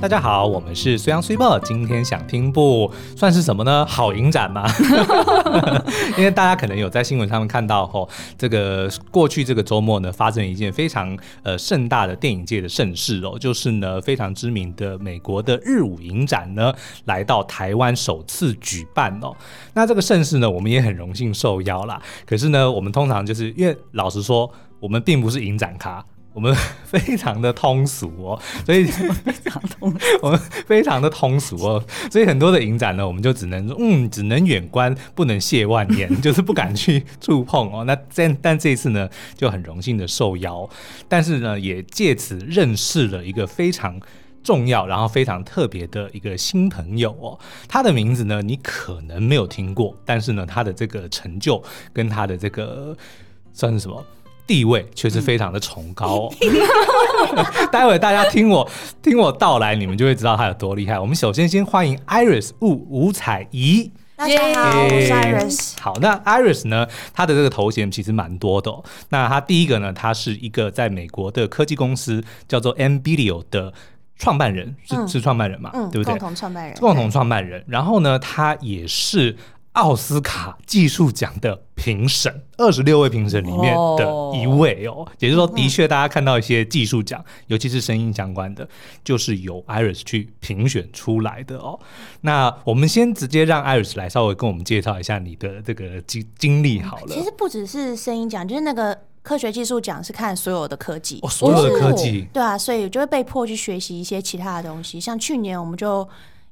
大家好，我们是虽阳虽报，今天想听部算是什么呢？好影展吧， 因为大家可能有在新闻上面看到吼，这个呃过去这个周末呢，发生一件非常呃盛大的电影界的盛事哦，就是呢非常知名的美国的日舞影展呢，来到台湾首次举办哦。那这个盛事呢，我们也很荣幸受邀啦。可是呢，我们通常就是因为老实说，我们并不是影展咖。我们 非常的通俗哦，所以长痛 我们非常的通俗哦，所以很多的影展呢，我们就只能说嗯，只能远观，不能亵玩焉， 就是不敢去触碰哦。那这但这一次呢，就很荣幸的受邀，但是呢，也借此认识了一个非常。重要，然后非常特别的一个新朋友哦，他的名字呢，你可能没有听过，但是呢，他的这个成就跟他的这个算是什么地位，却是非常的崇高、哦。 待会大家听我听我道来，你们就会知道他有多厉害。我们首先先欢迎 Iris 吴吴彩怡。哎大家好，我是 Iris。好，那 Iris 呢？她的这个头衔其实蛮多的、哦。那她第一个呢，她是一个在美国的科技公司叫做 Nvidia 的创办人，是、嗯是创办人嘛？嗯，对不对共？同创办人，共同创办人。然后呢，他也是奥斯卡技术奖的评审，二十六位评审里面的一位哦。也就是说，嗯的确大家看到一些技术奖，尤其是声音相关的，就是由 Iris 去评选出来的哦。那我们先直接让 Iris 来稍微跟我们介绍一下你的这个经经历好了其。实不只是声音奖，就是那个科学技术奖是看所有的科技，哦所有的科技对啊，所以就会被迫去学习一些其他的东西。像去年我们就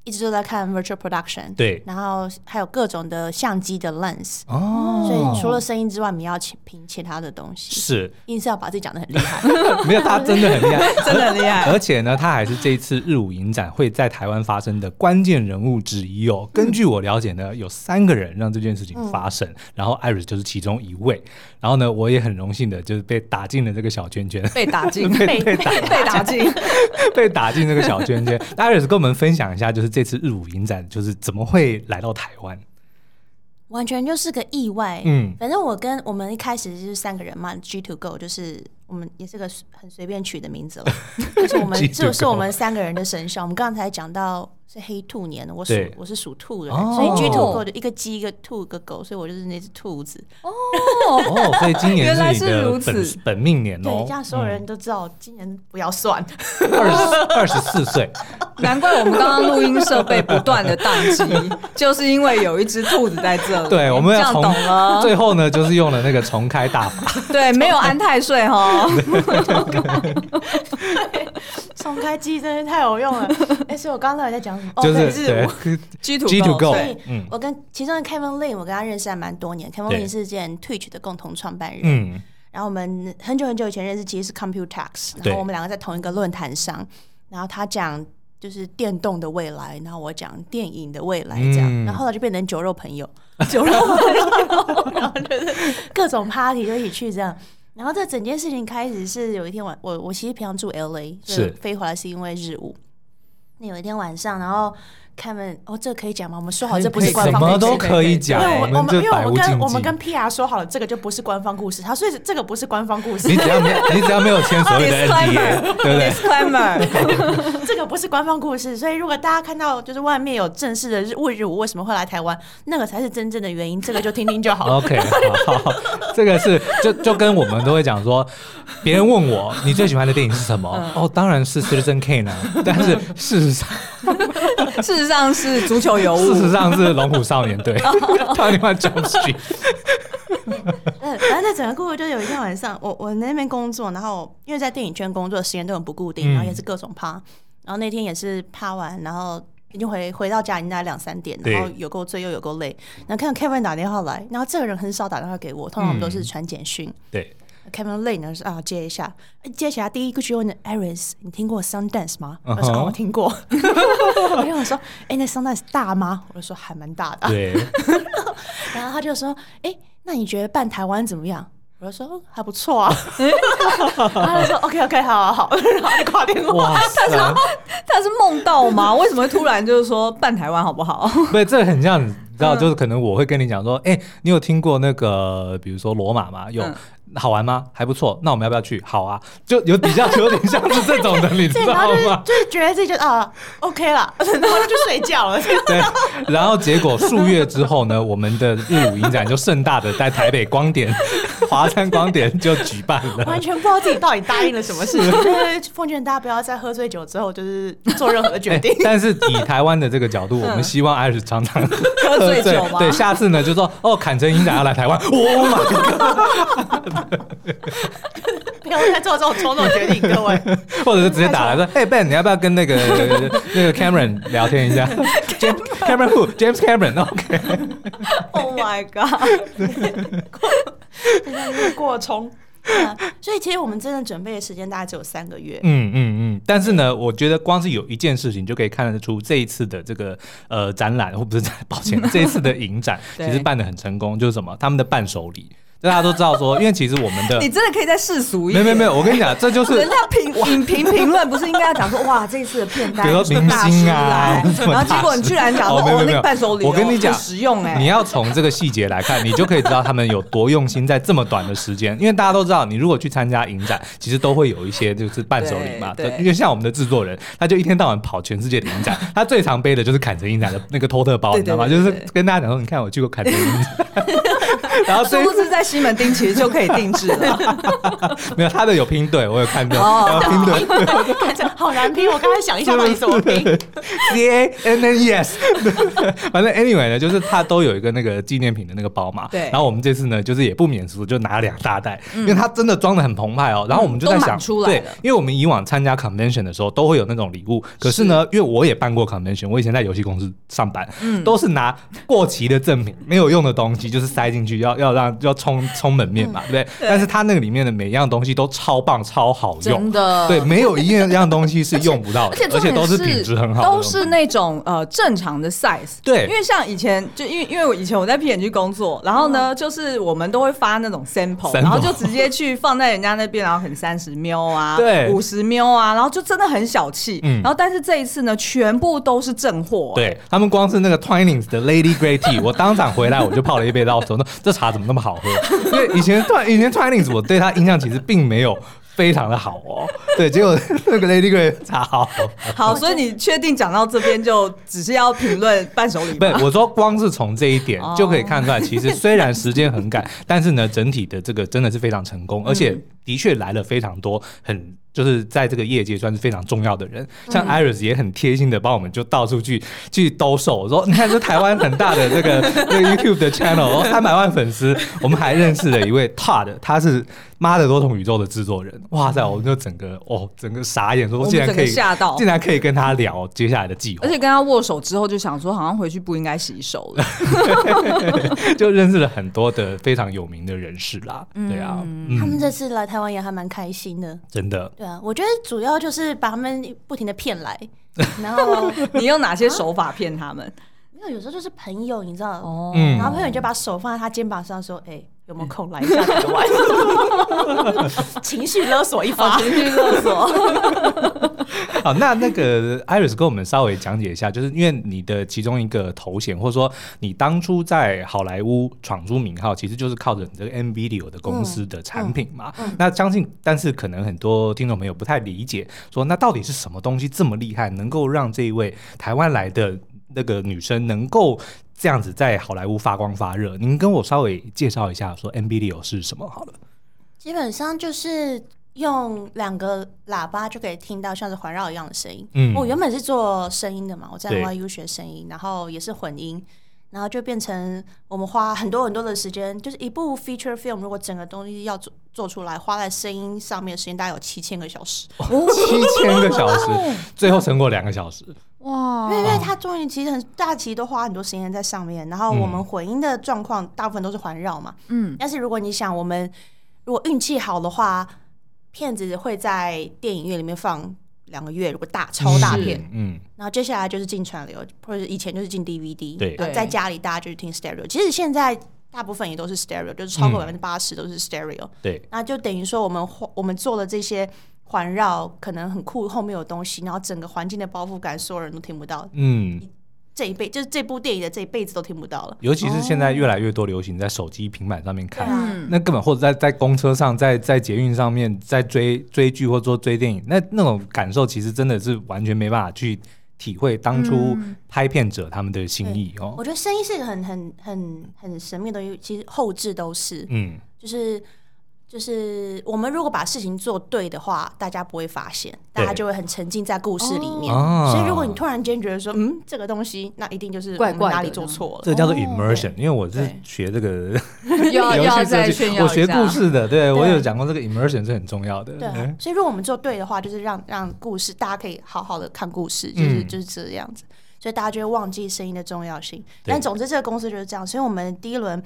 一直都在看 virtual production，对然后还有各种的相机的 lens，、哦所以除了声音之外，你要去评其他的东西，是硬是要把自己讲的很厉害。 没有他真的很厉害， 真的很厉害。而且呢，他还是这一次日舞影展会在台湾发生的关键人物之一嗯哦。根据我了解呢，有三个人让这件事情发嗯生，然后 Iris 就是其中一位。然后呢，我也很荣幸的就是被打进了这个小圈圈，被打进，被被打 被打进， 被打进这个小圈 圈。那 Iris 跟我们分享一下，就是这次日舞影展就是怎么会来到台湾？完全就是个意外。嗯嗯，反正我跟我们一开始就是三个人嘛，G to Go 就是我们也是个很随便取的名 字了，就是 G 我们 to go 就是我们三个人的生肖。我们刚才讲到是黑兔年，我属对我是属兔的人，哦所以 G to Go 就一个鸡一个兔一个狗，所以我就是那只兔子。哦，所以今年原来你是的如本此本命年对哦，，嗯这样所有人都知道今年不要算。二十二十四 岁，难怪我们刚刚录音设备不断的宕机，就是因为有一只兔子在这里。对，我们这要样从懂了。最后呢，就是用了那个重开大法。对，没有安太岁哈。 重开机真的太有用了。 哎、所以我刚刚到底在讲什么？哦，就对是日对 舞。 G to G to go 所对以嗯我跟其中的 Kevin Lin，我跟他认识还蛮多年。Kevin 对 Lin 是之前 Twitch 的共同创办人。嗯，然后我们很久很久以前认识，其实是 Computex，对然后我们两个在同一个论坛上，然后他讲就是电动的未来，然后我讲电影的未来这样，嗯然后后来就变成酒肉朋友， 酒肉朋友，然后就是各种 party 就一起去这样。然后这整件事情开始是有一天晚，我我其实平常住 LA，所是以飞回来是因为日务。那有一天晚上，然后他们哦，这个可以讲吗？我们说好这不是可以官哎什方么的都可以讲因为，我哎们们因就为百我无们跟禁我们忌跟。PR 说好了，这个就不是官方故事，他所以这个不是官方故事你，只要没有你只要没有签所谓的 NDA，对不对？ Disclaimer， 这个不是官方故事，所以如果大家看到就是外面有正式的日问日舞为什么会来台湾，那个才是真正的原因，这个就听听就好。 OK，好，好这个是就就跟我们都会讲说，别人问我你最喜欢的电影是什么？嗯哦，当然是《Citizen Kane》啊，但是事实上事实上是足球哦尤事实物。上是《龙虎少年 队》，Twenty One Jump Street。嗯，反正那整个故事就是有一天晚上，我我那边工作，然后因为在电影圈工作时间都很不固定，嗯然后也是各种趴，然后那天也是趴完，然后。已经回回到家，已经大概两三点，对然后有够醉又有够累。然后看到 Kevin 打电话来，然后这个人很少打电话给我，通常我们都是传简讯。对， Kevin Lane 呢是啊接一下，接起来第一句问的 Iris，你听过 Sundance 吗？嗯我哼说、哦、我 听过，我就想说，哎、那 Sundance 大吗？我就说还蛮大的。对，然后他就说，哎、那你觉得办台湾怎么样？我就说哦还不错 啊。然后他就说 OK OK 好好好，然后就挂电话。 哇塞，他是梦到吗？为什么会突然就是说办台湾好 不好？不是，这很嗯像，你知道，就是可能我会跟你讲说，哎、你有听过那个，比如说罗马吗？有，嗯好玩吗？还不错，那我们要不要去？好啊，就有比较有点像是这种的， 你知对，道然后就是吗？就是觉得自己就啊 OK 了， 然后就睡觉了。对，然后结果数月之后呢，我们的日舞影展就盛大的在台北光 点、华山光点就举办了 完。全不知道自己到底答应了什么事情。 对，奉劝大家不要在喝醉酒之后就是做任何的决定哎。但是以台湾的这个角度，我们希望 Iris 常常嗯喝醉酒吗？ 呃对，下次呢就说哦，坎城影展要来台湾，我买。不要再做这种冲动决定，各 位。 或者是直接打来说，嘿 Ben，你要不要跟 那个那个 Cameron 聊天一下？James Cameron 哦 who James Cameron，OK，、 Oh my god！过冲。对啊所以其实我们真的准备的时间大概只有三个月。嗯嗯嗯。但是呢，我觉得光是有一件事情就可以看得出这一次的这个呃展览，或不是展， 抱 歉，这一次的影展对其实办的很成功，就是什么，他们的伴手礼，大家都知道说，因为其实我们的 你真的可以再世俗一没有点。没有没有，我跟你讲，这 就是人家评影评评论不是应该要讲说哇这次的片单比如说明星啊大 师来然后结果你居然讲说哦没有没有哦没那有个伴手礼哦我跟你讲很实用哎，你要从这个细节来看，你就可以知道他们有多用心在这么短的时间。因为大家都知道，你如果去参加影展，其实都会有一些就是伴手礼嘛。对对因为像我们的制作人，他就一天到晚跑全世界的影展，他最常背的就是坎城影展的那个托特包，对你知道吗？对就对是对跟大家讲说，你看我去过坎城影 展，然后殊最不知在西门町其实就可以定制 了。没有他的有拼对，我有看到哦，拼对好难拼，哦我刚才想一下到底 怎么拼。 C A N N E S，反正 anyway 呢，就是它都有一个那个纪念品的那个包嘛。对嗯然后我们这次呢，就是也不免俗，就拿了两大袋，因为它真的装的很澎湃哦。然后我们就在都想，满出来对了，因为我们以往参加 convention 的时候都会有那种礼物，可是呢，因为我也办过 convention，我以前在游戏公司上班，嗯都是拿过期的赠品、没有用的东西，就是塞进去，要要让要充充门面嘛， 对不对？但是它那个里面的每样东西都超棒、超好用真。的对，没有一样样东西是用不到的，嗯而且而且都重点是品质很好的都东西，是那种呃正常的 size。对因为像以前就因为因为我以前我在 PNG 工作，然后呢、就是我们都会发那种 sample，嗯 sample 然后就直接去放在人家那边，然后很三十 ml 啊，对五十 ml 啊，然后就真的很小气。嗯然后但是这一次呢，全部都是正货、对他们光是那个 Twinings 的 Lady Grey Tea，我当场回来我就泡了一杯到手，那这茶怎么那么好喝？因为以前 Twi- 以前 Twinings 我对它印象其实并没有非常的好哦，对，结果那个 Lady Grey 茶好喝。哦好，所以你确定讲到这边就只是要评论伴手礼不吗？，我说光是从这一点哦就可以看出来，其实虽然时间很赶，但是呢，整体的这个真的是非常成嗯功，而且的确来了非常多很。就是在这个业界算是非常重要的嗯人，像 Iris 也很贴心的帮我们就到处去去兜售，我说哦你看这台湾很大的这个 这个 YouTube 的 channel，三哦百万粉丝，我们还认识了一位 Todd，他是《妈的多重宇宙》的制作人，哇塞，我们就整个哦整个傻眼，说我们竟然整可个以吓到竟然可以跟他聊接下来的计划而，且跟他握手之后，就想说好像回去不应该洗手 了。就认识了很多的非常有名的人士啦。对啊，他们嗯，这次来台湾也还蛮开心的。真的。对啊，我觉得主要就是把他们不停的骗 来，然后你用哪些手法骗他们？没有有时候就是朋友，你知道，哦嗯然后朋友就把手放在他肩膀上说：“哎、有没有空来一下台湾？” 情绪勒索一哦发，情绪勒索。好，那那个 Iris 跟我们稍微讲解一下，就是因为你的其中一个头衔，或者说你当初在好莱坞闯出名号，其实就是靠着你这个 M Video 的公司的产品嘛。那相信，但是可能很多听众朋友不太理解，说那到底是什么东西这么厉害，能够让这一位台湾来的那个女生能够。这样子在好莱坞发光发热，您跟我稍微介绍一下，说 M Video 是什么好了。基本上就是用两个喇叭就可以听到像是环绕一样的声音。嗯我原本是做声音的嘛，我在对 YU 学声音，然后也是混音，然后就变成我们花很多很多的时间，就是一部 feature film 如果整个东西要做做出来，花在声音上面的时间大概有七千个小时。七千个小时， 最后成果两个小时。哇因为因哦为它终于其实很大，其实都花很多时间在上面。然后我嗯们混音的状况大部分都是环绕嘛，嗯，但是如果你想，我们如果运气好的话，片子会在电影院里面放两个月，如果大超大片，嗯，然后接下来就是进串流，或者以前就是进 DVD，对然后在家里大家就是听 stereo。其实现在大部分也都是 stereo，就是超嗯过百分之八十都是 stereo、对，那就等于说我们花我们做了这些环绕可能很酷后面有东西，然后整个环境的包覆感，所有人都听不到，嗯，这一辈，就是这部电影的这一辈子都听不到了。尤其是现在越来越多流行在手机、平板上面看，对啊嗯，那根本或者在在公车上，在在捷运上面，在追追剧或做追电影，那那种感受其实真的是完全没办法去体会当初嗯拍片者他们的心意哦。我觉得声音是一个很很很很神秘的东西，其实后置都是，嗯，就是就是我们如果把事情做对的话，大家不会发现，对大家就会很沉浸在故事里面。哦所以如果你突然间觉得说，嗯，这个东西，那一定就是怪怪的我们哪里做错了。这个叫做哦 immersion，、因为我是对学这个又要又 游要戏设再计炫，耀我一学下故事的，对我有讲过这个 immersion 是很重要的。对啊、嗯所以如果我们做对的话，就是让让故事大家可以好好的看故事，就是、嗯就是这个样子。所以大家就会忘记声音的重要性。对但总之，这个公司就是这样。所以我们第一轮。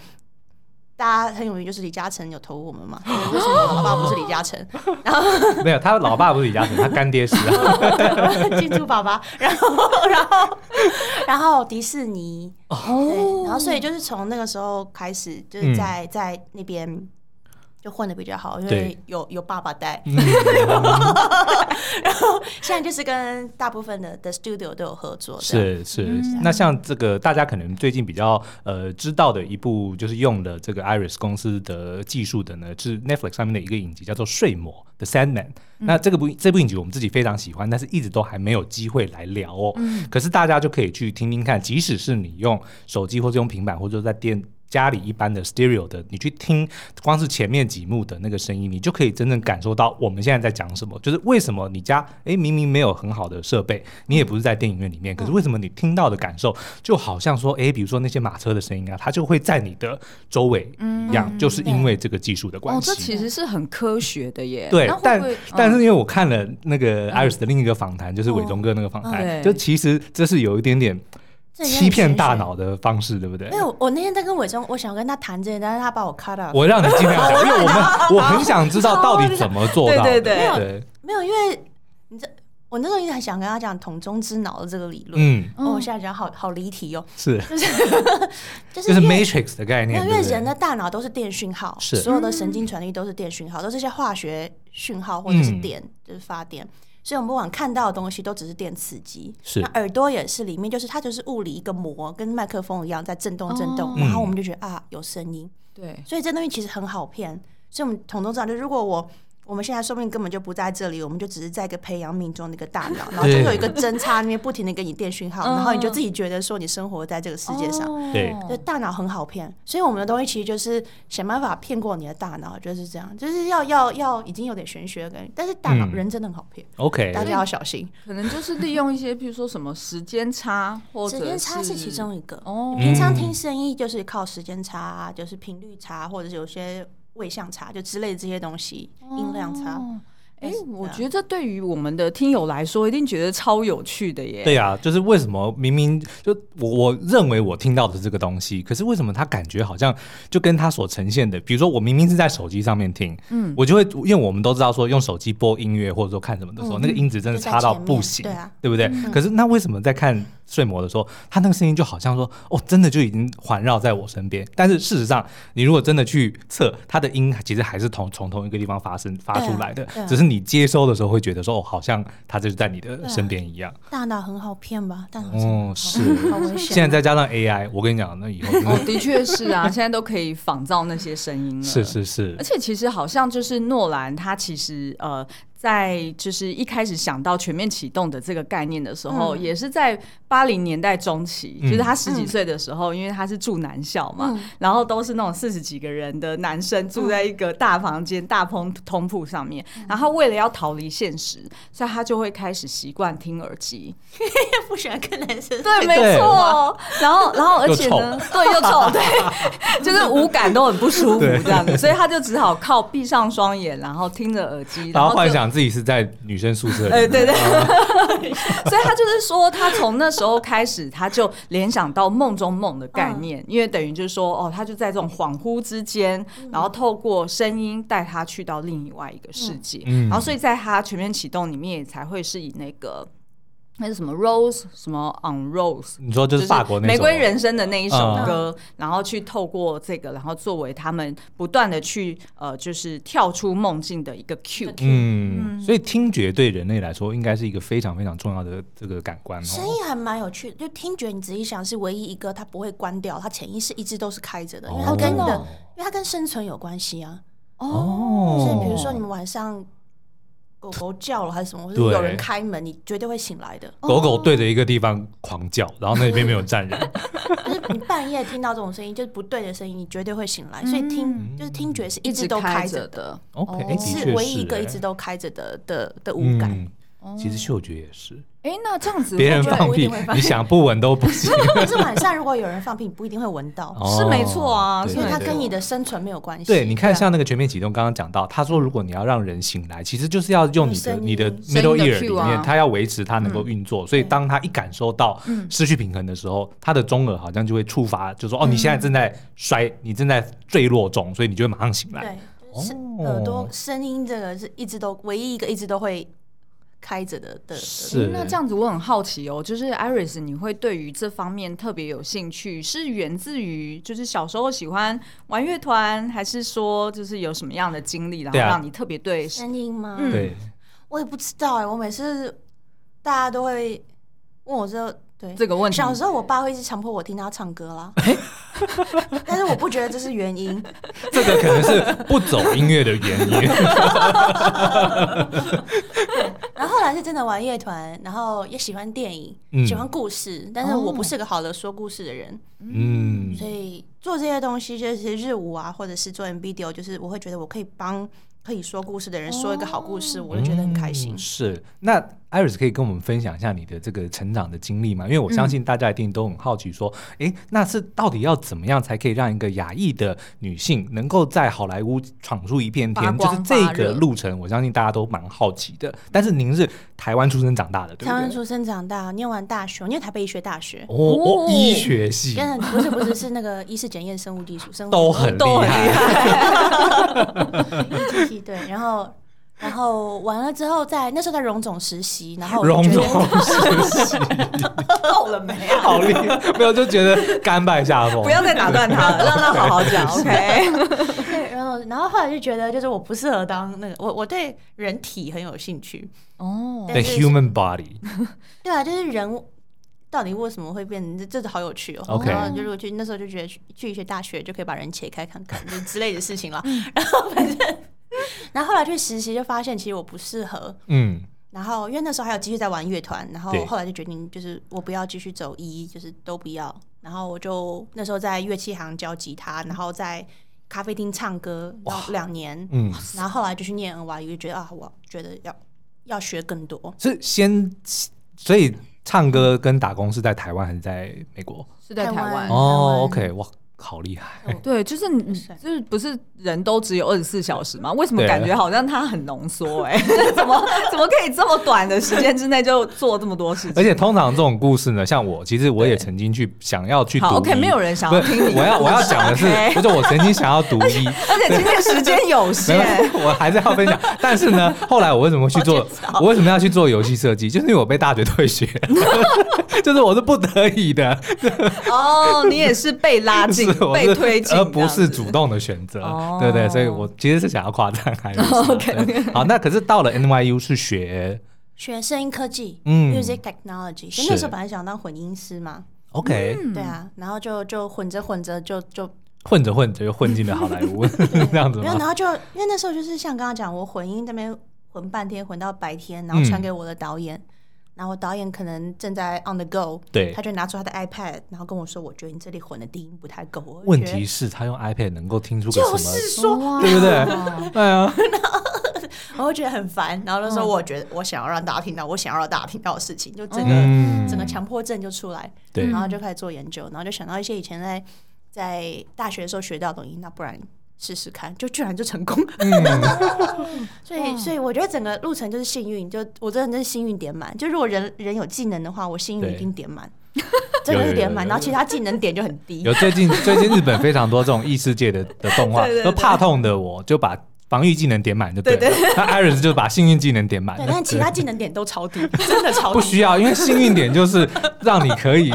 大家很有名，就是李嘉诚有投我们嘛？就是为什么我老爸不是李嘉诚？ 没有，他老爸不是李嘉诚，他干爹是啊。 进驻爸爸，然后 然后然后迪士尼，对，哦然后所以就是从那个时候开始，嗯就是在、在那边就混的比较好，因为对有有爸爸带， 嗯现在就是跟大部分的的 studio 都有合作，这样是是，那像这个大家可能最近比较呃知道的一部，就是用了这个 Iris 公司的技术的呢，是 Netflix 上面的一个影集，叫做《睡魔》的 Sandman。那这个部这部影集我们自己非常喜欢，但是一直都还没有机会来聊哦。可是大家就可以去听听看，即使是你用手机或者用平板，或者说在电家里一般的 stereo 的，你去听光是前面几幕的那个声音，你就可以真正感受到我们现在在讲什么。就是为什么你家诶明明没有很好的设备，你也不是在电影院里嗯面，可是为什么你听到的感受就好像说诶，比如说那些马车的声音啊，它就会在你的周围一样，就是因为这个技术的关嗯哦，系。这其实是很科学的耶。对那，会但不会但是嗯因为我看了那个 Iris 的另一个访谈，就是伟哦忠哥那个访谈，对就其实这是有一点点这有点欺骗玄大学脑的方式，对不对没？有，我那天在跟伟忠，我想跟他谈这个，但是他把我 cut off。 我让你尽量讲，因为我们我很想知道到底怎么做到的。嗯对对对对，没有，因为你这我那时候一直很想跟他讲桶中之脑的这个理论。嗯，哦，我现在讲好好离题哦， 是，就是就是因为 Matrix 的概没念，有因对为不人对？的大脑都是电讯号，是所有的神经传递都是电讯号，都是一些化学讯号或者是嗯电，就是发电。所以我们不管看到的东西都只是电刺激，是那耳朵也是，里面就是它就是物理一个膜，跟麦克风一样在震动震嗯动，哦然后我们就觉得啊有声音，对，所以这东西其实很好骗。所以我们统中长就如果我我们现在说不定根本就不在这里，我们就只是在一个培养皿中的一个大 脑，然后就有一个针插那边不停的给你电讯号，嗯然后你就自己觉得说你生活在这个世界上。哦对就大脑很好骗，所以我们的东西其实就是想办法骗过你的大脑，就是这样，就是要要要已经有点玄学的感觉，但是大脑嗯人真的很好骗， OK，大家要小心。可能就是利用一些，譬如说什么时间差，或者时间差是其中一个，哦，嗯平常听声音就是靠时间差，就是频率差，或者是有些位相差，就之类的这些东西，音量差。哦。哎、但是我对啊觉得这对于我们的听友来说，一定觉得超有趣的耶。对呀、啊就是为什么明明就我我认为我听到的这个东西，可是为什么它感觉好像就跟它所呈现的，比如说我明明是在手机上面听，嗯，我就会因为我们都知道说用手机播音乐或者说看什么的时候，嗯那个音质真的差到不行，就在前面对啊不对？可是那为什么在看睡魔的时候，它那个声音就好像说哦，真的就已经环绕在我身边，但是事实上，你如果真的去测，它的音其实还是同从同一个地方发生发出来的，对啊只是你接收的时候会觉得说哦，好像它就是在你的啊身边一样。大脑很好骗吧？大脑真的很哦好，是。好危险。现在再加上 AI，我跟你讲，那以后真哦的， 的确是啊，现在都可以仿造那些声音了。是是是而，且其实好像就是诺兰，他其实呃，在就是一开始想到全面启动的这个概念的时候，嗯也是在八零年代中期，嗯就是他十几岁的时候，因为他是住男校嘛，然后都是那种四十几个人的男生住在一个大房间、大通通铺上面，然后为了要逃离现实，所以他就会开始习惯听耳机。不喜欢跟男 生哎对，没对错。 然后，然后，而又且呢， 对，又臭，对， 就是五感都很不舒服对这样子，所以他就只好靠闭上双眼，然后听着耳机，然后就幻。想自啊己是在女生宿舍里面，哎，对对， 所以他就是说，他从那时候开始，他就联想到梦中梦的概念，因为等于就是说，哦，他就在这种恍惚之间，然后透过声音带他去到另外一个世界，嗯然后所以在他全面启动里面，也才会是以那个。那是什么 Rose 什么 On Rose，你说就是法国那玫首瑰吗人生的那一首嗯歌，然后去透过这个，然后作为他们不断的去呃，就是跳出梦境的一个 cue。嗯，所以听觉对人类来说应该是一个非常非常重要的这个感官声哦。音还蛮有趣的，就听觉你仔细想是唯一一个它不会关掉，它潜意识一直都是开着的，因为它哦跟真你的的，哦因为它跟生存有关系啊。哦所以比如说你们晚上狗狗叫了还是什么，或者对有人开门，你绝对会醒 来的。狗狗对着一个地方狂叫，然后那里面没有站 人，就是你半夜听到这种声音，就是不对的声音，你绝对会醒嗯来。所以听就是听觉是一直都开着的，的， OK，哎、的确哦是唯一一个欸一直都开着的的的五感。哦嗯，其实嗅觉也是，哎，那这样子别人会不会放我一屁定会，放你想不闻都不 行。可是晚上如果有人放屁，你不一定会闻到，哦是没错啊对因为它对跟你的生存没有关系。对，你看啊像那个全面启动，刚刚讲到，他说如果你要让人醒来，其实就是要用你的用声音你的声音 middle 的 ear 里 cue 啊面，它要维持它能够运作，所以当他一感受到失去平衡的时候，他的中耳好像就会触发，就说哦，你现在正在摔，你正在坠落中，所以你就会马上醒来。对，就是哦耳朵声音这个是一直都唯一一个一直都会开着的的。的 是，那这样子我很好奇哦，就是 Iris，你会对于这方面特别有兴趣，是源自于就是小时候喜欢玩乐团，还是说就是有什么样的经历，然后对啊让你特别对声音吗？嗯对，我也不知道哎、我每次大家都会问我这对这个问题？小时候我爸会一直强迫我听他唱歌啦，但是我不觉得这是原因，这个可能是不走音乐的原因。 然后后来是真的玩乐团，然后也喜欢电影，嗯喜欢故事，但是我不哦是个好的说故事的人，嗯，所以做这些东西就是日舞啊，或者是做 M video，就是我会觉得我可以帮可以说故事的人说一个好故事，哦我就觉得很开心嗯。是，那 Iris 可以跟我们分享一下你的这个成长的经历吗？因为我嗯相信大家一定都很好奇，说，诶，那是到底要怎么样才可以让一个亚裔的女性能够在好莱坞闯出一片发天？就光是这发个热路程，我相信大家都蛮好奇的。但是您是台湾出生长大的，对台湾不对？出生长大，念完大学，我念台北医学大学，哦，哦哦医学系跟不是不是是那个医师检验生物技术，生物都技术很都厉很厉害，对，然后然后完了之后在，那时候在荣总实习，然后 我荣就觉荣得学习， 够了没啊？ 好厉害， 没有就觉得甘拜下 风。不要再打断他了，让他好好讲。OK，对，然后然后后来就觉得就是我不适合当那个，我我对人体很有兴趣，哦， The 但是 human body，对啊，就是人到底为什么会变成这这好有趣哦。 OK 然后就是我去那时候就觉得去去一些大学就可以把人切开看看就之类的事情啦， 然后反正。然后后来去实习就发现，其实我不适合。嗯，然后因为那时候还有继续在玩乐团，然后对后来就决定就是我不要继续走一，就是都不要。然后我就那时候在乐器行教吉他，然后在咖啡厅唱歌，然后两年。嗯，然后后来就去念 NYU，就觉得啊，我觉得要要学更多。是先，所以唱歌跟打工是在台湾还是在美国？是在台台湾湾。哦，OK，哇，好厉害！对，就是你，就是不是人都只有二十四小时吗？为什么对感觉好像它很浓缩？哎， 怎么怎么可以这么短的时间之内就做这么多事而情？且通常这种故事呢，像我，其实我也对曾经去想要去读好，OK，医没有人想要不是听你的我要我要故事哎讲 的是 OK，不是我曾经想要读 医，而且今天时间有没有限，，我还是要分享。但是呢，后来我为什么会去 做？我为什么要去做游戏设计？就是因为我被大学退学， 就是我是不得已的，哦，你也是被拉进是、我被是推进，而不是主。动的选择，哦对不对？所以我其实是想要夸赞还 有 OK，好，那可是到了 NYU 是学学声音科技，嗯 m u s i c technology。是所以那时候本来想当混音师嘛， OK，、嗯对啊，然后就就混着混着就就混着混着又混进了好莱坞， 这样子没有，然吗？后就因为那时候就是像刚刚讲，我混音那边混半天，混到白天，然后嗯传给我的导演，然后导演可能正在 on the go，对他就拿出他的 iPad，然后跟我说，我觉得你这里混的低音不太够。我就问觉得题是，他用 iPad 能够听出个就什么？是说，对不对？对啊，我会觉得很烦，然后那时候我觉得我想要让大家听到，我想要让大家听到的事情，就整个、嗯整个强迫症就出来。对然后就开始做研究，然后就想到一些以前在在大学的时候学到的东西，那不然试试看，就居然就成功。嗯所以，所以我觉得整个路程就是幸运，就我真的是幸运点满。就如果人人有技能的话，我幸运对一定点满，真的是点满。有有有有然后其他技能点就很低有。最近最近日本非常多这种异世界的的动画，对对都对怕痛的我就把。防御技能点满就对了。对那 Iris 就把幸运技能点满。对，但其他技能点都超低，真的超低。 不需要，因为幸运点就是让你可以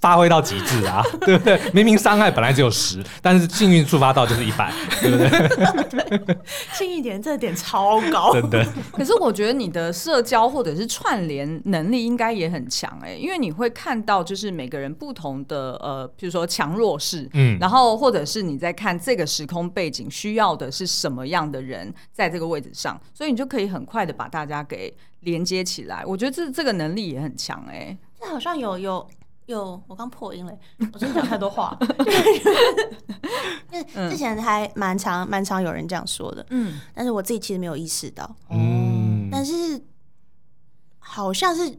发挥到极致啊， 对不对？明明伤害本来只有十，但是幸运触发到就是一百，对不对？幸运点这点超高，真的， 可是我觉得你的社交或者是串联能力应该也很强哎、因为你会看到就是每个人不同的呃，比如说强弱势，嗯然后或者是你在看这个时空背景需要的是什么样的人在这个位置上，所以你就可以很快的把大家给连接起来。我觉得这这个能力也很强哎、这好像有有有，我刚破音了，我真的讲太多 话。嗯就是之前还蛮常蛮常有人这样说的，嗯，但是我自己其实没有意识到，嗯，但是好像是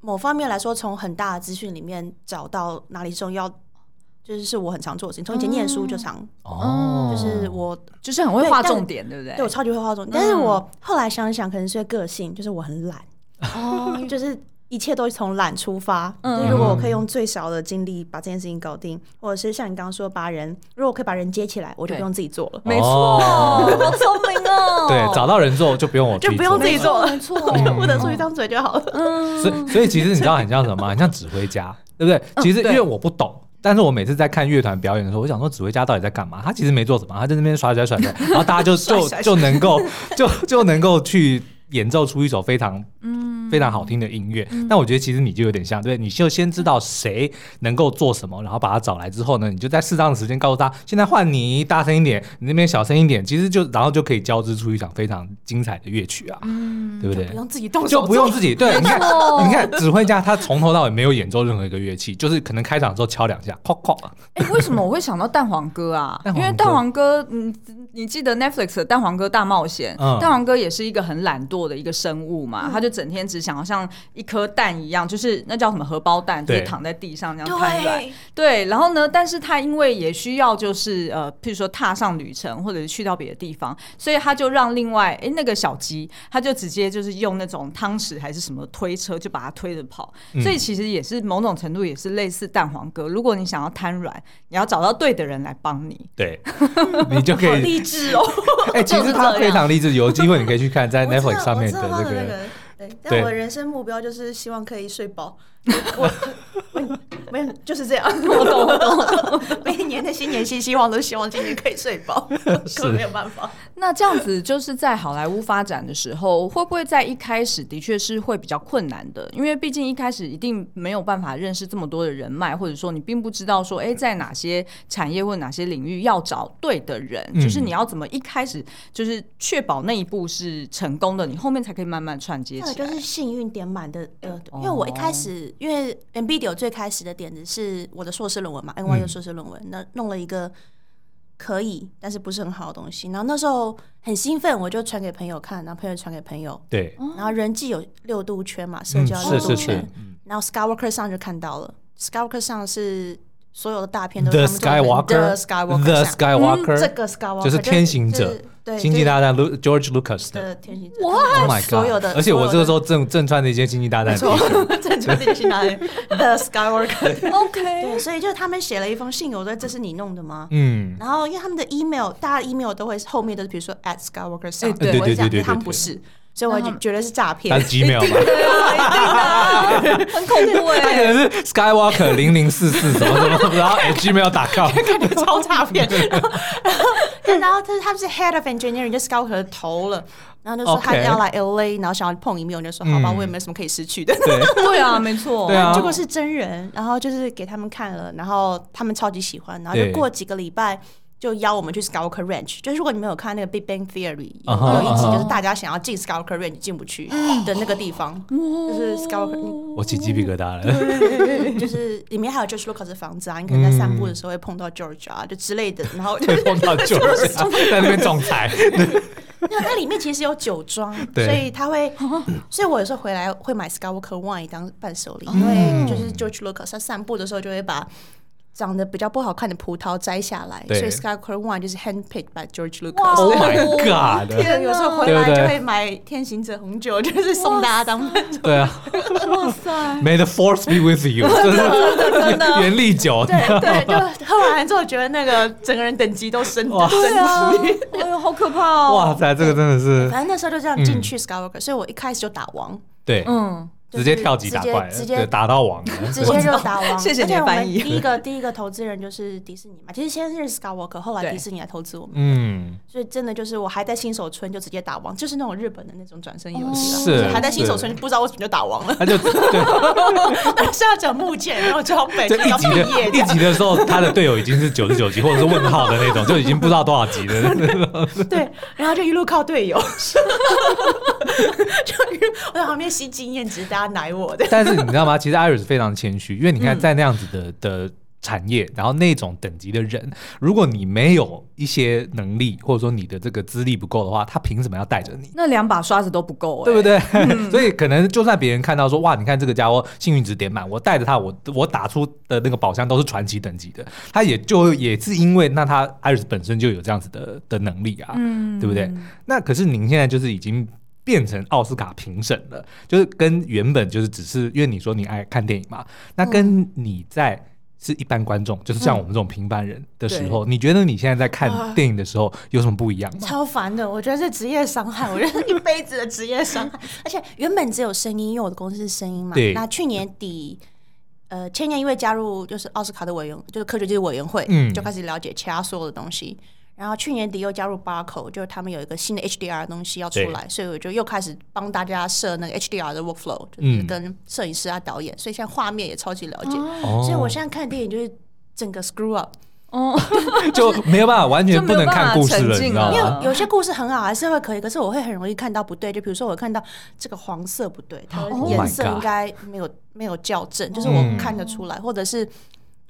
某方面来说，从很大的资讯里面找到哪里重要，就是是我很常做的事情。从以前念书就常，哦，就是我就是很嗯会对嗯画但重点，对不对？对我超级会化妆，但是我后来想一想，可能是因为个性，就是我很懒，哦，就是一切都从懒出发。嗯就是如果我可以用最少的精力把这件事情搞定，或者是像你刚刚说把人，如果我可以把人接起来，我就对不用自己做了。没错， 哦好聪明哦。对，找到人之后就不用我就不用自己做了，嗯没错，嗯 我的出一张嘴就好了。所以，所以其实你知道很像什 么吗？很像指挥家，对不哦对？其实因为我不懂。但是我每次在看乐团表演的时候，我想说指挥家到底在干嘛？他其实没做什么，他在那边甩甩甩甩，然后大 家就就就能够 就就能够去演奏出一首非常嗯非常好听的音乐。那我觉得其实你就有点像，对，你就先知道谁能够做什么，然后把他找来之后呢，你就在适当的时间告诉他，现在换你大声一点，你那边小声一点，其实就然后就可以交织出一场非常精彩的乐曲啊，对 不对？不用自己动就手不做，哦用自己 对，你看，你看指挥家他从头到尾没有演奏任何一个乐器，就是可能开场的时候敲两下，哐哐，哎、为什么我会想到蛋黄哥啊？蛋黄因哥为蛋黄哥，嗯，你记得 Netflix 的《蛋黄哥大冒险》嗯蛋黄哥也是一个很懒惰的一个生物嘛，他就整天只想要像一颗蛋一样，就是那叫什么荷包蛋，就对是躺在地上这样瘫软。对，对，然后呢，但是他因为也需要就是呃，譬如说踏上旅程或者是去到别的地方，所以他就让另外哎那个小鸡，他就直接就是用那种汤匙还是什么推车就把它推着跑，所以其实也是某种程度也是类似蛋黄哥。如果你想要瘫软，你要找到对的人来帮你。 对，你就可好以，励志哦。哎、其实他非常励志，有机会你可以去看在 我知道 Netflix 上面的我知道这个，他那个。对，对但我的人生目标就是希望可以睡饱。我我没有，就是这样。 我懂，我懂，我懂。 每年的新年新希望都希望今年可以睡 饱，可没有办法。那这样子就是在好莱坞发展的时候，会不会在一开始的确是会比较困难的？因为毕竟一开始一定没有办法认识这么多的人脉，或者说你并不知道说，哎、在哪些产业或哪些领域要找对的人，嗯就是你要怎么一开始就是确保那一步是成功的，你后面才可以慢慢串接那个起就来。 哦是幸运点满的，呃，因为我一开始，因为 NVIDIA 最开始的点子是我的硕士论文嘛，NYU 嗯硕士论文，那弄了一个可以，但是不是很好的东西。然后那时候很兴奋，我就传给朋友看，然后朋友传给朋友，对，哦然后人际有六度圈嘛，社嗯，交六是度是圈，是嗯然后 Skywalker 上就看到了，Skywalker 上是所有的大片都，The 是他们做的 Skywalker，The Skywalker 上嗯这 Skywalker，个 Skywalker 就是天行者就是对，星际大战 Lu- George Lucas 就是的。的天行者， Oh my 所有 god！的而且我这个时候候正正穿着一件《星际大战》的错衣服，，这就是天 行者 The Skywalker， OK，对，所以就是他们写了一封信，我说这是你弄的吗？嗯，然后因为他们的 email，大家的 email 都会后面都是比如说 at Skywalker 上，哎对我就对对对想对对他们不是，所以我就觉得是诈骗但。是 Gmail 嘛，啊很恐怖 哎、他可能是 Skywalker 零零四四什么什么，然后哎 at Gmail.com，感觉超诈 骗。然后，然后然后他他是 head of engineering，就 Scout 的头了，然后就说 OK 他要来 LA，然后想要碰一面，我就说好吧，嗯我也没什么可以失去的。对，对啊，没错，对啊结果是真人，然后就是给他们看了，然后他们超级喜欢，然后对就过几个礼拜。就邀我们去 Skulker Ranch，就是如果你们有看那个 Big Bang Theory，啊哈有一集啊哈就是大家想要进 Skulker Ranch 进不去的那个地方，就是 Skulker，我起鸡皮疙瘩了。就是里面还有 George Lucas 的房子啊，你可能在散步的时候会碰到 George 啊，就之类的，然后会 碰到酒 人，在那边仲裁。那它里面其实有酒庄，对所以它会， 所以我有时候回来会买 Skywalker Wine 当伴手礼，因为就是 George Lucas 他散步的时候就会把长得比较不好看的葡萄摘下来，对所以 Scott c o r One 就是 handpicked by George 哇 Lucas。 Oh my god！对，有时候回对来不对就会买天行者红酒，就是送大家当伴对啊哇塞， ，May the force be with you，真的真 的。原力酒，对对，就喝完之后觉得那个整个人等级都升哇升对啊 级。，哎呦，好可怕哦！哇，塞，这个真的是反正那时候就这样进嗯去 Skywalker，所以我一开始就打王，对，嗯，直接跳级打怪，直对接打到网了，直接就打王。谢谢而且你的我翻们译第一个第一个投资人就是迪士尼嘛，其实先是 Skywalker，后来对迪士尼来投资我们，嗯，所以真的就是我还在新手村就直接打王，就是那种日本的那种转身游戏啊，是就还在新手是村不知道为什么就打 王了，他就对。但是要讲目前，然后就要 背，就就一哎要集毕的业这一样。集的时候，他的队友已经是九十九级或者是问号的那种，就已经不知道多少级了。 对，然后就一路靠队友， 就一路我在旁边吸经验值，大家奶我的。但是你知道吗？其实 Iris 非常谦虚，因为你看在那样子的、的产业，然后那种等级的人，如果你没有一些能力，或者说你的这个资历不够的话，他凭什么要带着你？那两把刷子都不够哎，对不？对？ 所以可能就算别人看到说哇，你看这个家伙幸运值点满，我带着他，我我打出的那个宝箱都是传奇等级的，他也就也是因为那他 Iris 本身就有这样子的的能力啊，嗯对不对？那可是您现在就是已经。变成奥斯卡评审了，就是跟原本就是只是因为你说你爱看电影嘛，那跟你在是一般观众，就是像我们这种平凡人的时候，你觉得你现在在看哇电影的时候有什么不一样吗？超烦的，我觉得是职业伤害，我觉得是一辈子的职业伤害。而且原本只有声音，因为我的公司是声音嘛对。那去年底，呃，前年因为加入就是奥斯卡的委员，就是科学技术委员会，嗯就开始了解其他所有的东西。然后去年底又加入 Barco，就是他们有一个新的 HDR 的东西要出来，所以我就又开始帮大家设那个 HDR 的 workflow，就是嗯跟摄影师啊、导演，所以现在画面也超级了解。哦所以我现在看电影就是整个 screw up，哦， 就没有办法完全不能看故事了，你知道就没有办法沉浸啊吗了？有些故事很好，还是会可以，可是我会很容易看到不对。就比如说，我看到这个黄色不对，它的 Oh my 颜色哦 God 应该没有没有校正，就是嗯我看得出来，或者是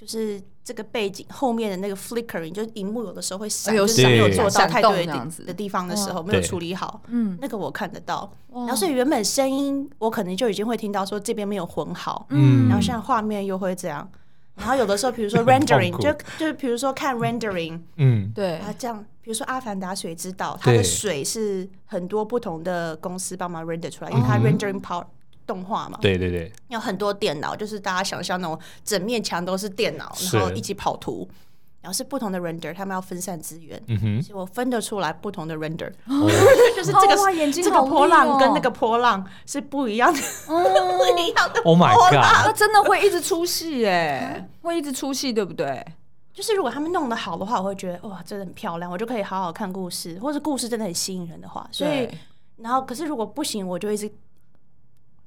就是这个背景后面的那个 flickering，就是荧幕有的时候会闪，哎有就是闪没有对做到闪太动对这的样地子的地方的时候没有处理好，嗯，那个我看得到。然然后所以原本声音我可能就已经会听到说这边没有混好，嗯然后现在画面又会这样。然后有的时候，比如说很痛 rendering，苦就就是比如说看 rendering，嗯，对啊，这样，比如说《阿凡达》水之道，它对的水是很多不同的公司帮忙 render 出来，因为它嗯哼 rendering power 动画嘛，对对对，有很多电脑，就是大家想象那种整面墙都是电脑，是然后一起跑图，然后是不同的 render，他们要分散资源，嗯哼，所以我分得出来不同的 render，哦就是这哇个眼睛这个好利波浪跟哦那个波浪是不一样的，哦，不一样的。 Oh my god！那真的会一直出戏哎，会一直出戏，对不对？ 就是如果他们弄得好的话，我会觉得哇，真的很漂亮，我就可以好好看故事，或者故事真的很吸引人的话，所以。对然后可是如果不行，我就一直，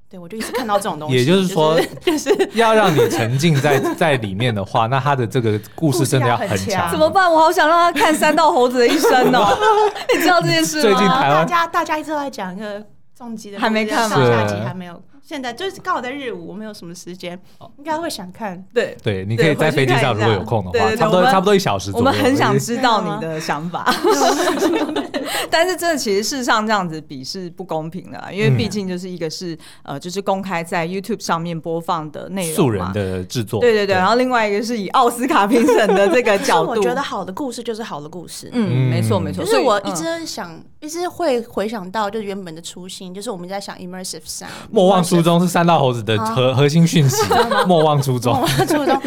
对我就一直看到这种东西。也就是说， 就是，就是要让你沉浸 在在里面的话，那他的这个故事真的要很故事要很强。强怎么办？我好想让他看三道猴子的一生哦！ 你知道这件事吗？最近台大湾家大家一直都在讲一个重疾的故事，还没看吗上下集是还没有。现在就是刚好在日舞，我没有什么时间，哦应该会想看。对，对，你可以在飞机上如果有空的对话，对对差不多我们差不多一小时左我右。们很想知道你的想法， 但是这其实事实上这样子比是不公平的啦，因为嗯毕竟就是一个是呃，就是公开在 YouTube 上面播放的内容嘛素人的制作，对对对，然后另外一个是以奥斯卡评审的这个但是角度， 我觉得好的故事就是好的故事，嗯嗯，没错没错，就是所以我一直想，一直会回想到就是原本的初心，就是我们在想 immersive sound，莫忘初衷是三道猴子啊的核核心讯 息。莫忘初衷，初 衷，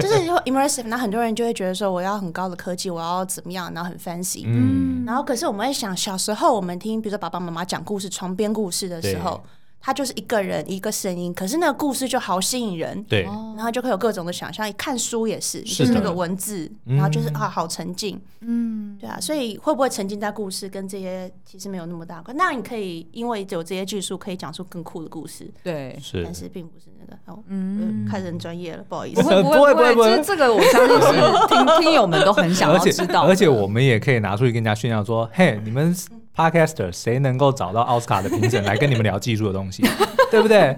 就是说 immersive，那很多人就会觉得说我要很高的科技，我要怎么样，然后很 fancy，嗯，然后可是我们会想，小时候我们听，比如说爸爸妈妈讲故事、床边故事的时候对，他就是一个人一个声音，可是那个故事就好吸引人，对，哦然后就会有各种的想象。一看书也是，是就是的那个文字，嗯然后就是啊，好沉浸，嗯对啊，所以会不会沉浸在故事跟这些其实没有那么大关？那你可以因为有这些技术，可以讲出更酷的故事，对。是但。是并不是那个哦，嗯嗯，开始很专业了，不好意不思。会不不会会不不会会，不会这这个我相信是听 听友们都很想而要且知道的而且我们也可以拿出去跟人家炫耀说，嘿，你们 podcaster 谁能够找到奥斯卡的评审来跟你们聊技术的东西，对不对？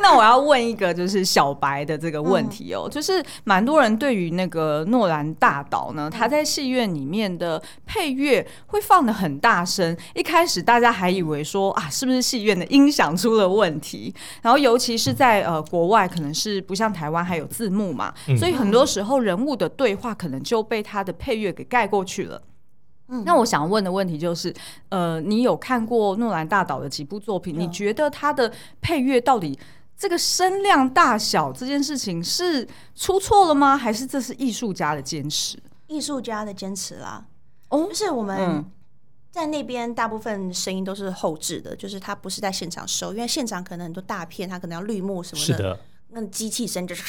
那我要问一个就是小白的这个问题哦，就是蛮多人对于那个诺兰大导呢，他在戏院里面的配乐会放的很大声，一开始大家还以为说啊，是不是戏院的音响出了问题？然后尤其是在呃国外，可能是不像台湾还有字幕嘛，所以很多时候人物的对话可能就被他的配乐给盖过去了。那我想问的问题就是，呃，你有看过诺兰大导的几部作品？你觉得他的配乐到底这个声量大小这件事情是出错了吗？还是这是艺术家的坚持？艺术家的坚持啦。哦就是我们嗯在那边大部分声音都是后置的，就是它不是在现场收，因为现场可能很多大片，它可能要绿幕什么是的，那机器声就是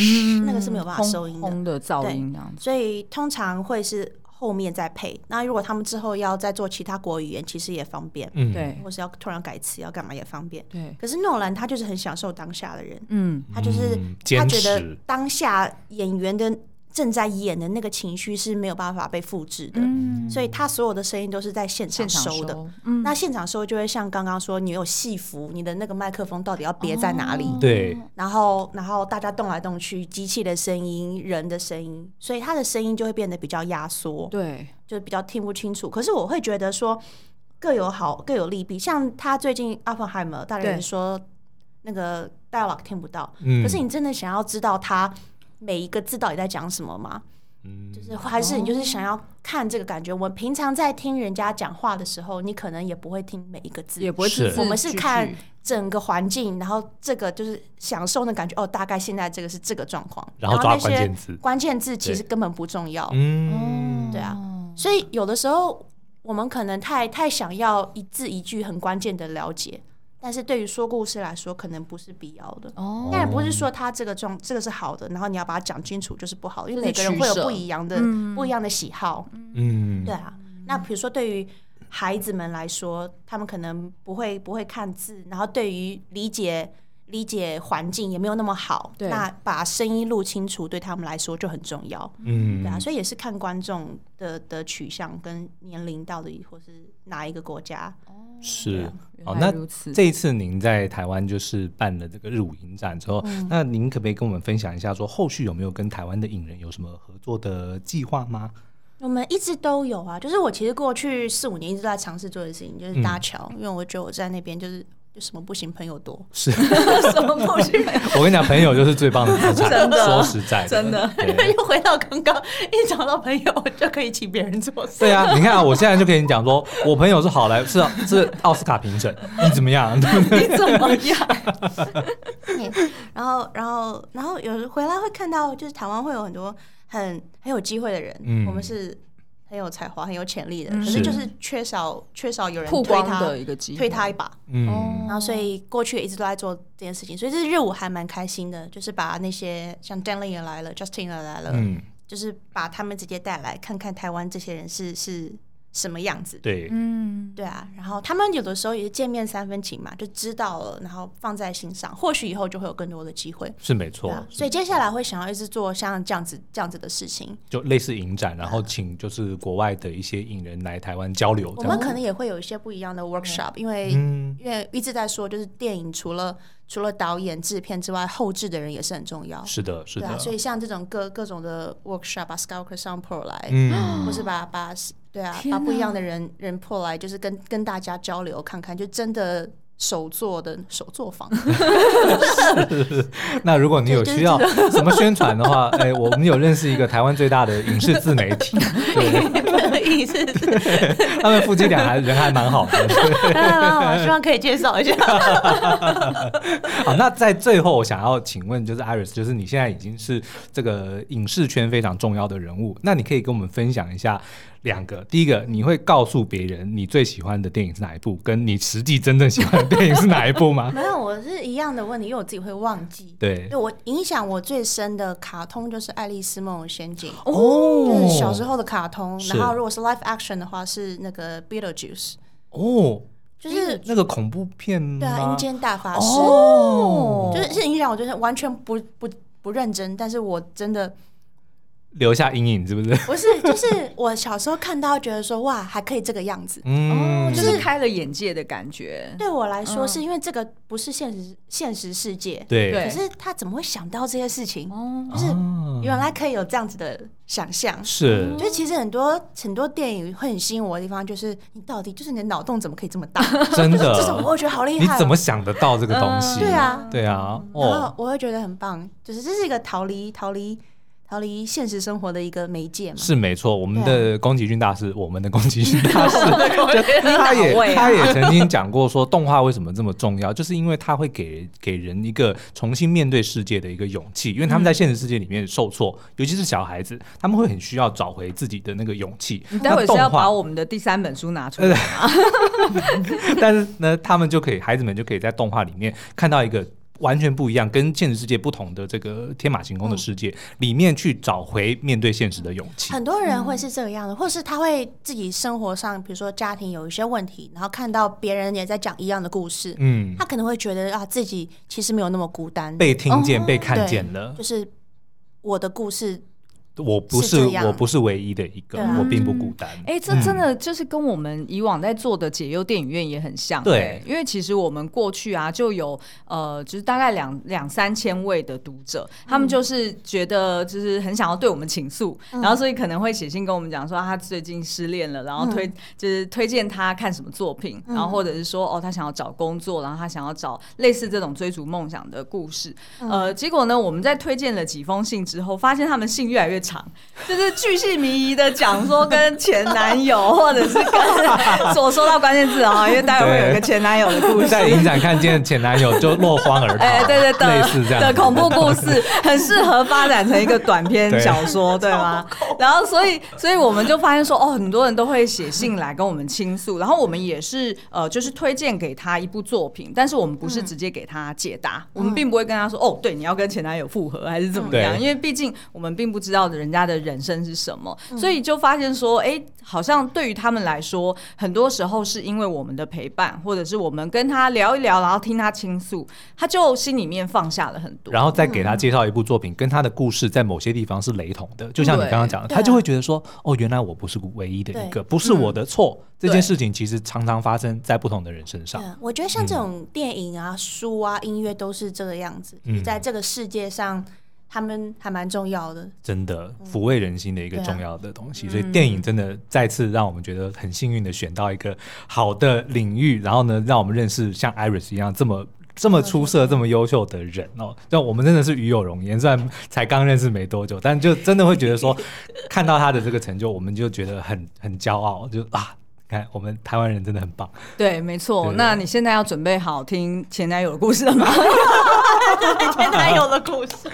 嗯那个是没有办法收音的轰轰的噪音这啊样子。所以通常会是后面再配。那如果他们之后要再做其他国语言，其实也方便，嗯，对或是要突然改词要干嘛也方便。对，可是诺兰他就是很享受当下的人，嗯他就是、嗯他坚觉得持当下演员的正在演的那个情绪是没有办法被复制的，嗯，所以他所有的声音都是在现现场场收的。收，嗯，那现场收就会像刚刚说，你有戏服，你的那个麦克风到底要别在哪里？哦对，然后，然后大家动来动去，机器的声音、人的声音，所以他的声音就会变得比较压缩，对，就比较听不清楚。可是我会觉得说各有好各有利弊，像他最近《阿弗海默》，大对人说那个 dialog 听不到，嗯可是你真的想要知道他每一个字到底在讲什么吗？嗯就是还是你就是想要看这个感觉。我们平常在听人家讲话的时候，你可能也不会听每一个字，也不会是字字我们是句句看整个环境，然后这个就是享受那感觉。哦，大概现在这个是这个状况，然后抓那些关键字关键字其实根本不重要。嗯，对啊，所以有的时候我们可能太太想要一字一句很关键的了解，但是对于说故事来说，可能不是必要的。哦，当 然不是说他这个状这个是好的，然后你要把它讲清楚就是不好的，因为每个人取会有舍不一样的、不一样的喜好。嗯，对啊，那比如说对于孩子们来说，他们可能不会不会看字，然后对于理解理解环境也没有那么好，对那把声音录清楚对他们来说就很重要。嗯对啊，所以也是看观众的的取向跟年龄到底或是哪一个国家。是。好，啊原那来如此这一次您在台湾就是办了这个日舞影展之后，嗯那您可不可以跟我们分享一下，说后续有没有跟台湾的影人有什么合作的计划吗？我们一直都有啊，就是我其实过去四五年一直都在尝试做的事情，嗯就是搭桥，因为我觉得我在那边就是就什么不行，朋友多。是什么不行？我跟你讲，朋友就是最棒的资产， 真的说实在真的对 又回到刚刚，一找到朋友，我就可以请别人做事。对 啊，你看啊，我现在就跟你讲说，我朋友是好莱是啊是奥斯卡评审， 你怎么样？你怎么样？ 然后，然后，然后有回来会看到，就是台湾会有很多很很有机会的人，嗯我们是很有才华、很有潜力的，嗯可是是就是缺少缺少有人曝推光他的一个机会，推他一把。嗯，然后，所以过去也一直都在做这件事情，所以这热舞还蛮开心的，就是把那些像 d a n l y 也来了，Justin 也来了，嗯，就是把他们直接带来，看看台湾这些人是是什么样子。对，嗯，对啊，然后他们有的时候也是见面三分情嘛，就知道了，然后放在心上，或许以后就会有更多的机会。是没对错啊，，所以接下来会想要一直做像这样子这样子的事情。就类似影展，然后请就是国外的一些影人来台湾交流，我哦这样们子可能也会有一些不一样的 workshop，、因为、嗯因为一直在说，就是电影除了除了导演、制片之外，后置的人也是很重要。是的，是对啊，的，所以像这种各各种的 workshop，把 scout 上 pro 来，嗯，或是把把对啊，天把不一哪样的人人破来，就是跟跟大家交流看看，就真的手做的手 作坊。那如果你有需要什么宣传的话， 哎，我们有认识一个台湾最大的影视自媒 体，对，可以是， 他们夫妻俩还人还蛮好 的。希望可以介绍一下。 好，那在最后，我想要请问，就是 Iris，就是你现在已经是这个影视圈非常重要的人物，那你可以跟我们分享一下两个，第一个，你会告诉别人你最喜欢的电影是哪一部，跟你实际真正喜欢的电影是哪一部吗？ 没有，我是一样的问题，因为我自己会忘记。对，对我影响我最深的卡通就是《爱丽丝梦游仙境》，就是哦小时候的卡通。是然后如果是 live action 的话，是那个 Beetlejuice，哦，就是那个恐怖片嗯吗？对啊，阴间大法师，哦，就是是影响我，就是完全不不不认真，但是我真的留下阴影，是不是？不是，就是我小时候看到觉得说哇，还可以这个样子。嗯，就是开了眼界的感觉。对我来说，是因为这个不是现实现实世界，对可对是他怎么会想到这些事情？哦， 就是嗯哦原来可以有这样子的想象。是就其实很多很多电影会很吸引我的地方，就是你到底就是你的脑洞怎么可以这么大？真 这种的，我觉得好厉嗯你害、哦。怎么想得到这个东西？嗯对啊对啊，然后哦，我会觉得很棒，就是这是一个逃离、逃离、逃离现实生活的一个媒介嘛。是没错，我们对的宫崎骏大师，我们的宫崎骏大师， 他哪位也啊他也曾经讲过说，动画为什么这么重要， 就是因为它会给给人一个重新面对世界的一个勇气，因为他们在现实世界里面受挫，尤其是小孩子，他们会很需要找回自己的那个勇气。你待会那是动要画把我们的第三本书拿出来， 但是呢，他们就可以，孩子们就可以在动画里面看到一个完全不一样、跟现实世界不同的这个天马行空的世界、嗯里面去找回面对现实的勇气。很多嗯人会是这个样的，或是他会自己生活上，比如说家庭有一些问题，然后看到别人也在讲一样的故事，嗯，他可能会觉得啊，自己其实没有那么孤单，被听见、哦被看见了，就是我的故事。我不是是这样我不是唯一的一个，对啊我并不孤单。哎、这嗯真的就是跟我们以往在做的解忧电影院也很像、对哎因为其实我们过去啊就有呃，就是大概两两三千位的读者，他们就是觉得就是很想要对我们倾诉，然后所以可能会写信跟我们讲说、啊他最近失恋了，然后推、就是推荐他看什么作品，然后或者是说哦他想要找工作，然后他想要找类似这种追逐梦想的故事，呃，结果呢我们在推荐了几封信之后，发现他们信越来越长， 就是巨细靡遗的讲说跟前男友或者是跟 所说到关键字啊，因为待会会有一个前男友的故事。在影展看见前男友就落荒而逃，哎，对对类似这的样的子恐怖故 事，很适合发展成一个短篇小说，对吗？然后，所以，所以我们就发现说，哦，很多人都会写信来跟我们倾诉，然后我们也是呃，就是推荐给他一部作品，但是我们不是直接给他解答，我们并不会跟他说，哦，对，你要跟前男友复合还是怎么样，对因为毕竟我们并不知道人家的人生是什么，所以就发现说，哎，好像对于他们来说，很多时候是因为我们的陪伴，或者是我们跟他聊一聊，然后听他倾诉，他就心里面放下了很多。然后再给他介绍一部作品，跟他的故事在某些地方是雷同的，就像你对刚刚讲的，对他就会觉得说，哦，原来我不是唯一的一个，对不是我的错。这嗯对件事情其实常常发生在不同的人身上。嗯，我觉得像这种电影啊、书啊、音乐都是这个样子，嗯在这个世界上，他们还蛮重要的。真的抚慰人心的一个嗯对啊重要的东西，所以电影真的再次让我们觉得很幸运的选到一个好的领域，然后呢，让我们认识像 Iris 一样这么。这么出嗯色、这么优秀的人哦，让我们真的是与有荣焉。虽然才刚认识没多久，但就真的会觉得 说，看到他的这个成就，我们就觉得很很骄傲，就啊，看我们台湾人真的很棒。对，没错对。那你现在要准备好听前男友的故 事了吗？前男友的故事，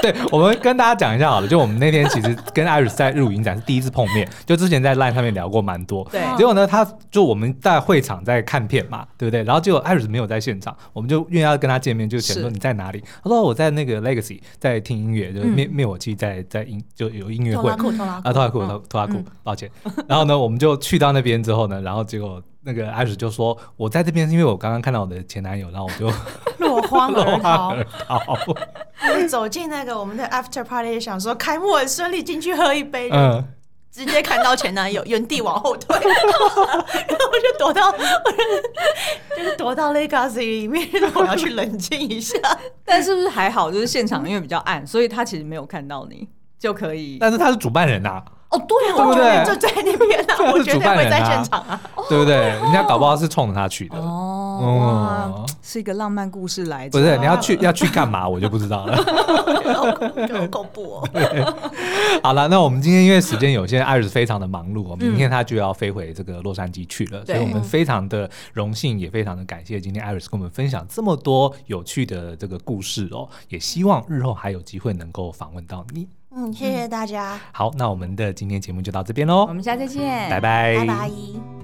对，我们跟大家讲一下好了，就我们那天其实跟 Iris 在日舞影展是第一次碰面，就之前在 LINE 上面聊过蛮多。嗯对结果呢，他就我们在会场在看片嘛，对不对？然后结果 Iris 没有在现场，我们就因为要跟他见面，就想说是你在哪里？他说哦我在那个 Legacy 在听音乐，就是灭灭火器在在音就有音乐拖会嗯拉裤，拖拉裤啊，拖拉裤，拖拖拉裤嗯，抱歉。然后呢，我们就去到那边之后呢，然后结果那个 Iris 就说我在这边是因为我刚刚看到我的前男友，然后 我就 落荒落而荒 逃。而逃。走进那个我们的 after party，想说开幕很顺利，进去喝一杯，嗯。直接看到前 男友，原地往后退，然后我就躲到，我就 就是躲到 Legacy 里面，我要去冷静一下。但是不是还好？就是现场因为比较暗，所以他其实没有看到你就可以。但是他是主办人呐、哦，对呃对哦，不对就在那边对啊啊，我绝对会在现场啊。对不对？人家搞不好是冲着他去的。哦，嗯哇，是一个浪漫故事来着。不是，你要去要去干嘛？我就不知道了。啊好恐怖哦！ 好了，那我们今天因为时间有限，艾瑞斯非常的忙嗯碌，哦，明天他就要飞回这个洛杉矶去了，所以我对们非常的荣幸，也非常的感谢今天艾瑞斯跟我们分享这么多有趣的这个故事哦，也希望日后还有机会能够访问到你。嗯，谢谢大家，好，那我们的今天节目就到这边喽我，们下次见，拜拜，拜拜。